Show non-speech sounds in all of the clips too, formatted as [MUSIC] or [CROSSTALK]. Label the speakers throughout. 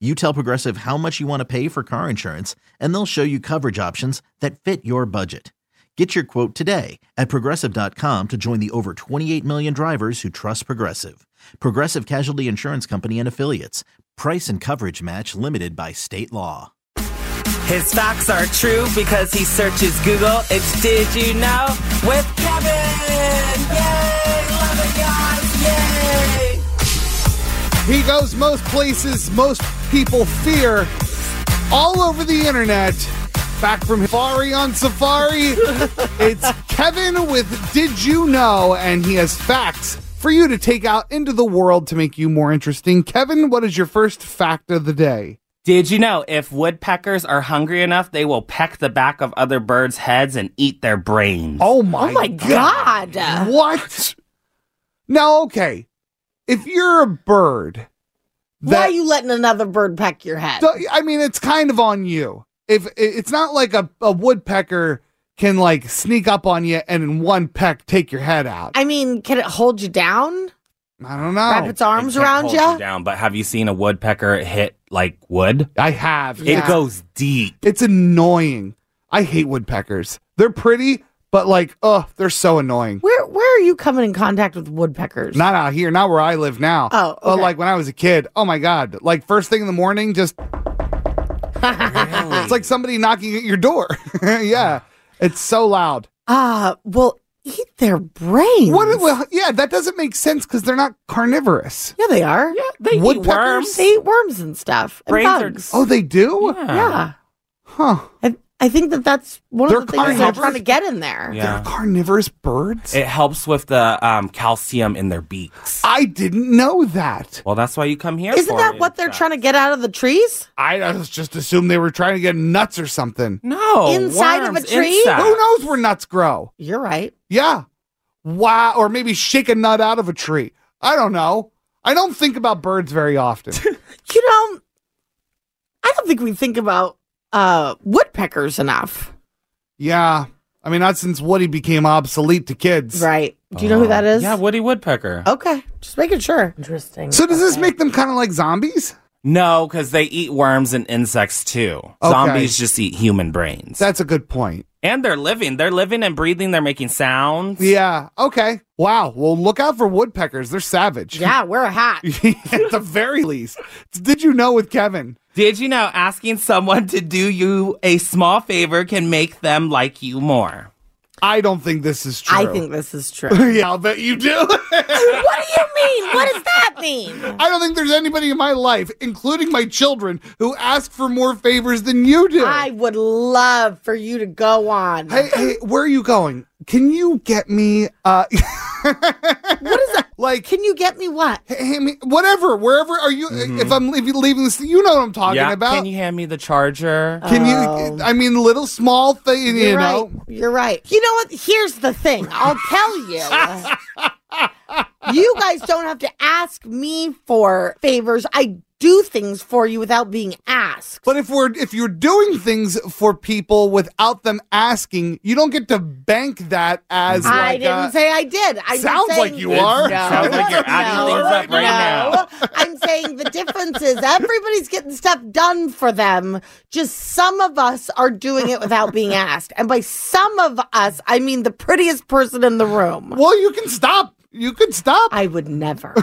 Speaker 1: You tell Progressive how much you want to pay for car insurance, and they'll show you coverage options that fit your budget. Get your quote today at progressive.com to join the over 28 million drivers who trust Progressive. Progressive Casualty Insurance Company and Affiliates. Price and coverage match limited by state law.
Speaker 2: His facts are true because he searches Google. It's Did You Know with Kevin. Yay! Love it, guys. Yay!
Speaker 3: He goes most places most people fear all over the internet. Back from Safari on [LAUGHS] Safari, it's Kevin with Did You Know? And he has facts for you to take out into the world to make you more interesting. Kevin, what is your first fact of the day?
Speaker 2: Did you know if woodpeckers are hungry enough, they will peck the back of other birds' heads and eat their brains?
Speaker 3: Oh my,
Speaker 4: Oh my God.
Speaker 3: What? Now, okay. If you're a bird,
Speaker 4: Why are you letting another bird peck your head?
Speaker 3: So, I mean, it's kind of on you. If it- it's not like a, a woodpecker can like sneak up on you and in one peck take your head out. I,
Speaker 4: I mean, can it hold you down?
Speaker 3: don't know.
Speaker 4: Wrap its
Speaker 2: It
Speaker 4: arms
Speaker 2: can't
Speaker 4: around
Speaker 2: hold
Speaker 4: you?
Speaker 2: down, but have you seen a woodpecker hit like wood?
Speaker 3: I have.
Speaker 2: It
Speaker 3: yeah.
Speaker 2: goes
Speaker 4: [LAUGHS]
Speaker 2: deep.
Speaker 3: it's annoying. I hate woodpeckers. They're pretty, but like, oh, they're so annoying.
Speaker 4: Where Where are you coming in contact with woodpeckers?
Speaker 3: Not out here, not where I live now.
Speaker 4: Oh,
Speaker 3: But
Speaker 4: okay.
Speaker 3: like when I was a kid, oh my God. Like first thing in the morning, just it's like somebody knocking at your door. [LAUGHS] yeah. It's so loud.
Speaker 4: Ah, well, eat their brains.
Speaker 3: What? Well, yeah, that doesn't make sense because they're not carnivorous.
Speaker 4: yeah, they are. Yeah,
Speaker 2: they eat worms.
Speaker 4: They eat worms and stuff. And
Speaker 2: Brains are-
Speaker 4: bugs.
Speaker 3: Oh, they do?
Speaker 4: yeah.
Speaker 3: Huh?
Speaker 4: I, I think that that's one
Speaker 3: They're
Speaker 4: of the things they're
Speaker 3: carnivores.
Speaker 4: trying to get in there.
Speaker 2: Yeah.
Speaker 3: They're carnivorous birds.
Speaker 2: It helps with the um, calcium in their beaks.
Speaker 3: I didn't know that.
Speaker 2: Well, that's why you come here.
Speaker 4: Isn't
Speaker 2: for
Speaker 4: that
Speaker 2: it.
Speaker 4: what they're trying to get out of the trees?
Speaker 3: I I was just assumed they were trying to get nuts or something.
Speaker 2: No,
Speaker 4: Inside of a
Speaker 2: worms,
Speaker 4: tree?
Speaker 2: insects.
Speaker 3: Who knows where nuts grow?
Speaker 4: You're right.
Speaker 3: Yeah. Wow. Or maybe shake a nut out of a tree. I don't know. I don't think about birds very [LAUGHS] often.
Speaker 4: You know, I don't think we think about uh, woodpeckers enough.
Speaker 3: yeah. I mean, not since Woody became obsolete to kids.
Speaker 4: Right. Do you know who
Speaker 3: Uh,
Speaker 4: that is?
Speaker 2: Yeah, Woody Woodpecker.
Speaker 3: Oh.
Speaker 4: Okay, just making sure. Interesting.
Speaker 3: So does this make them kind of like zombies?
Speaker 2: No, because they eat worms and insects too.
Speaker 3: Okay.
Speaker 2: Zombies just eat human brains.
Speaker 3: That's a good point.
Speaker 2: and they're living. They're living and breathing. They're making sounds.
Speaker 3: Yeah. Okay. Wow. Well, look out for woodpeckers. They're savage.
Speaker 4: yeah, wear a
Speaker 3: [LAUGHS]
Speaker 4: hat.
Speaker 3: At the very least. It's Did you know with Kevin?
Speaker 2: Did you know asking someone to do you a small favor can make them like you more?
Speaker 3: I don't think this is true.
Speaker 4: I think this is true. what
Speaker 3: [LAUGHS] yeah, I'll bet you do. [LAUGHS] I
Speaker 4: do you mean? What does that mean?
Speaker 3: don't think there's anybody in my life, including my children, who ask for more favors than you do.
Speaker 4: I would love for you to go on.
Speaker 3: Hey, hey, where are you going? Can you get me uh [LAUGHS]
Speaker 4: What is that?
Speaker 3: like
Speaker 4: Can you get me what?
Speaker 3: hey, me- whatever, wherever are you uh, if I'm leaving, leaving this you know what I'm talking about.
Speaker 2: Can you hand me the charger?
Speaker 3: Can you- I mean little small thing, you
Speaker 4: Oh. You're
Speaker 3: know.
Speaker 4: right. You're right. You know what? Here's the thing. I'll tell you.
Speaker 3: [LAUGHS]
Speaker 4: you guys don't have to ask me for favors. I do things for you without being asked.
Speaker 3: But if we're if you're doing things for people without them asking, you don't get to bank that as
Speaker 4: I
Speaker 3: like,
Speaker 4: didn't
Speaker 3: uh,
Speaker 4: say I did. I'm just
Speaker 3: Sounds like
Speaker 4: saying-
Speaker 3: you are.
Speaker 4: No,
Speaker 2: Sounds like you're adding
Speaker 4: no,
Speaker 2: things up right
Speaker 4: no. [LAUGHS] I'm saying the difference is everybody's getting stuff done for them. Just some of us are doing it
Speaker 2: [LAUGHS]
Speaker 4: without being asked. And by some of us, I mean the prettiest person in the room.
Speaker 3: Well, you can stop. You can stop. I,
Speaker 4: I would never.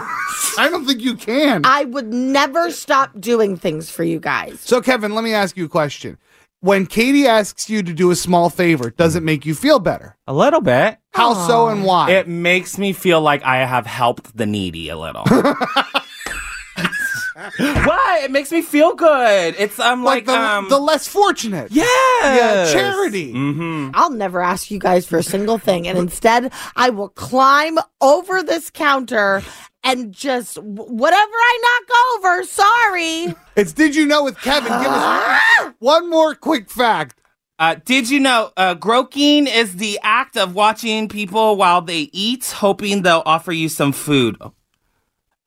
Speaker 3: don't think you can.
Speaker 4: I would never stop doing things for you guys.
Speaker 3: so, Kevin, let me ask you a question. When Katie asks you to do a small favor, does it make you feel better?
Speaker 2: a little bit.
Speaker 3: How so and why? [LAUGHS]
Speaker 2: It makes me feel like I have helped the needy a little. Why? It makes me feel good. It's I'm like,
Speaker 3: Like the,
Speaker 2: um Mm.
Speaker 3: the less fortunate.
Speaker 2: yeah.
Speaker 3: Yeah, charity.
Speaker 4: I'll never ask you guys for a single thing. And instead, I will climb over this counter and just wh- whatever I knock
Speaker 2: [LAUGHS]
Speaker 4: over, sorry.
Speaker 3: It's Did You Know with Kevin. Give us one more quick fact.
Speaker 2: Uh, did you know uh, groking is the act of watching people while they eat, hoping they'll offer you some food.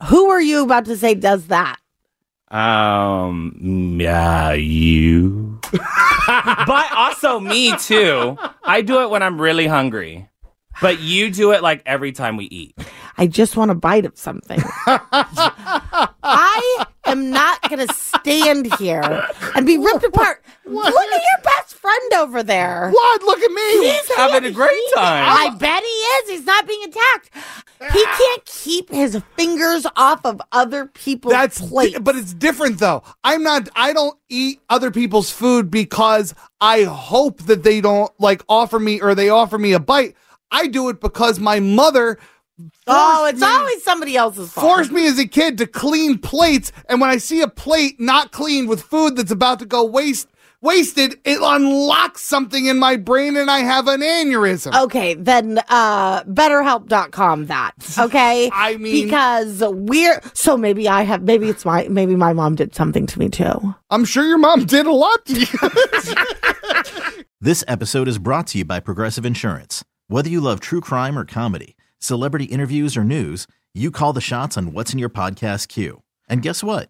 Speaker 4: Who are you about to say does that?
Speaker 2: Um, yeah, you. [LAUGHS] but also me too. I do it when I'm really hungry. But you do it like every time we eat.
Speaker 4: I just want a bite of something. I am not going to stand here and be ripped apart. Look at your best friend over there.
Speaker 3: What? Look at me.
Speaker 2: He's having a great time.
Speaker 4: I bet he is. He's not being attacked. He can't keep his fingers off of other people's
Speaker 3: That's
Speaker 4: plates.
Speaker 3: but it's different though. I'm not I don't eat other people's food because I hope that they don't like offer me or they offer me a bite. I do it because my mother
Speaker 4: Oh,
Speaker 3: forced
Speaker 4: it's
Speaker 3: me-
Speaker 4: always somebody else's fault.
Speaker 3: forced me as a kid to clean plates and when I see a plate not cleaned with food that's about to go waste wasted, it unlocks something in my brain and I have an aneurysm.
Speaker 4: Okay, then uh betterhelp.com
Speaker 3: [LAUGHS]
Speaker 4: that. Okay?
Speaker 3: I mean-
Speaker 4: because we're so maybe I have maybe it's my maybe my mom did something to me too.
Speaker 3: I'm sure your mom did a lot to you.
Speaker 1: This episode is brought to you by Progressive Insurance. Whether you love true crime or comedy, celebrity interviews or news, you call the shots on what's in your podcast queue. And guess what?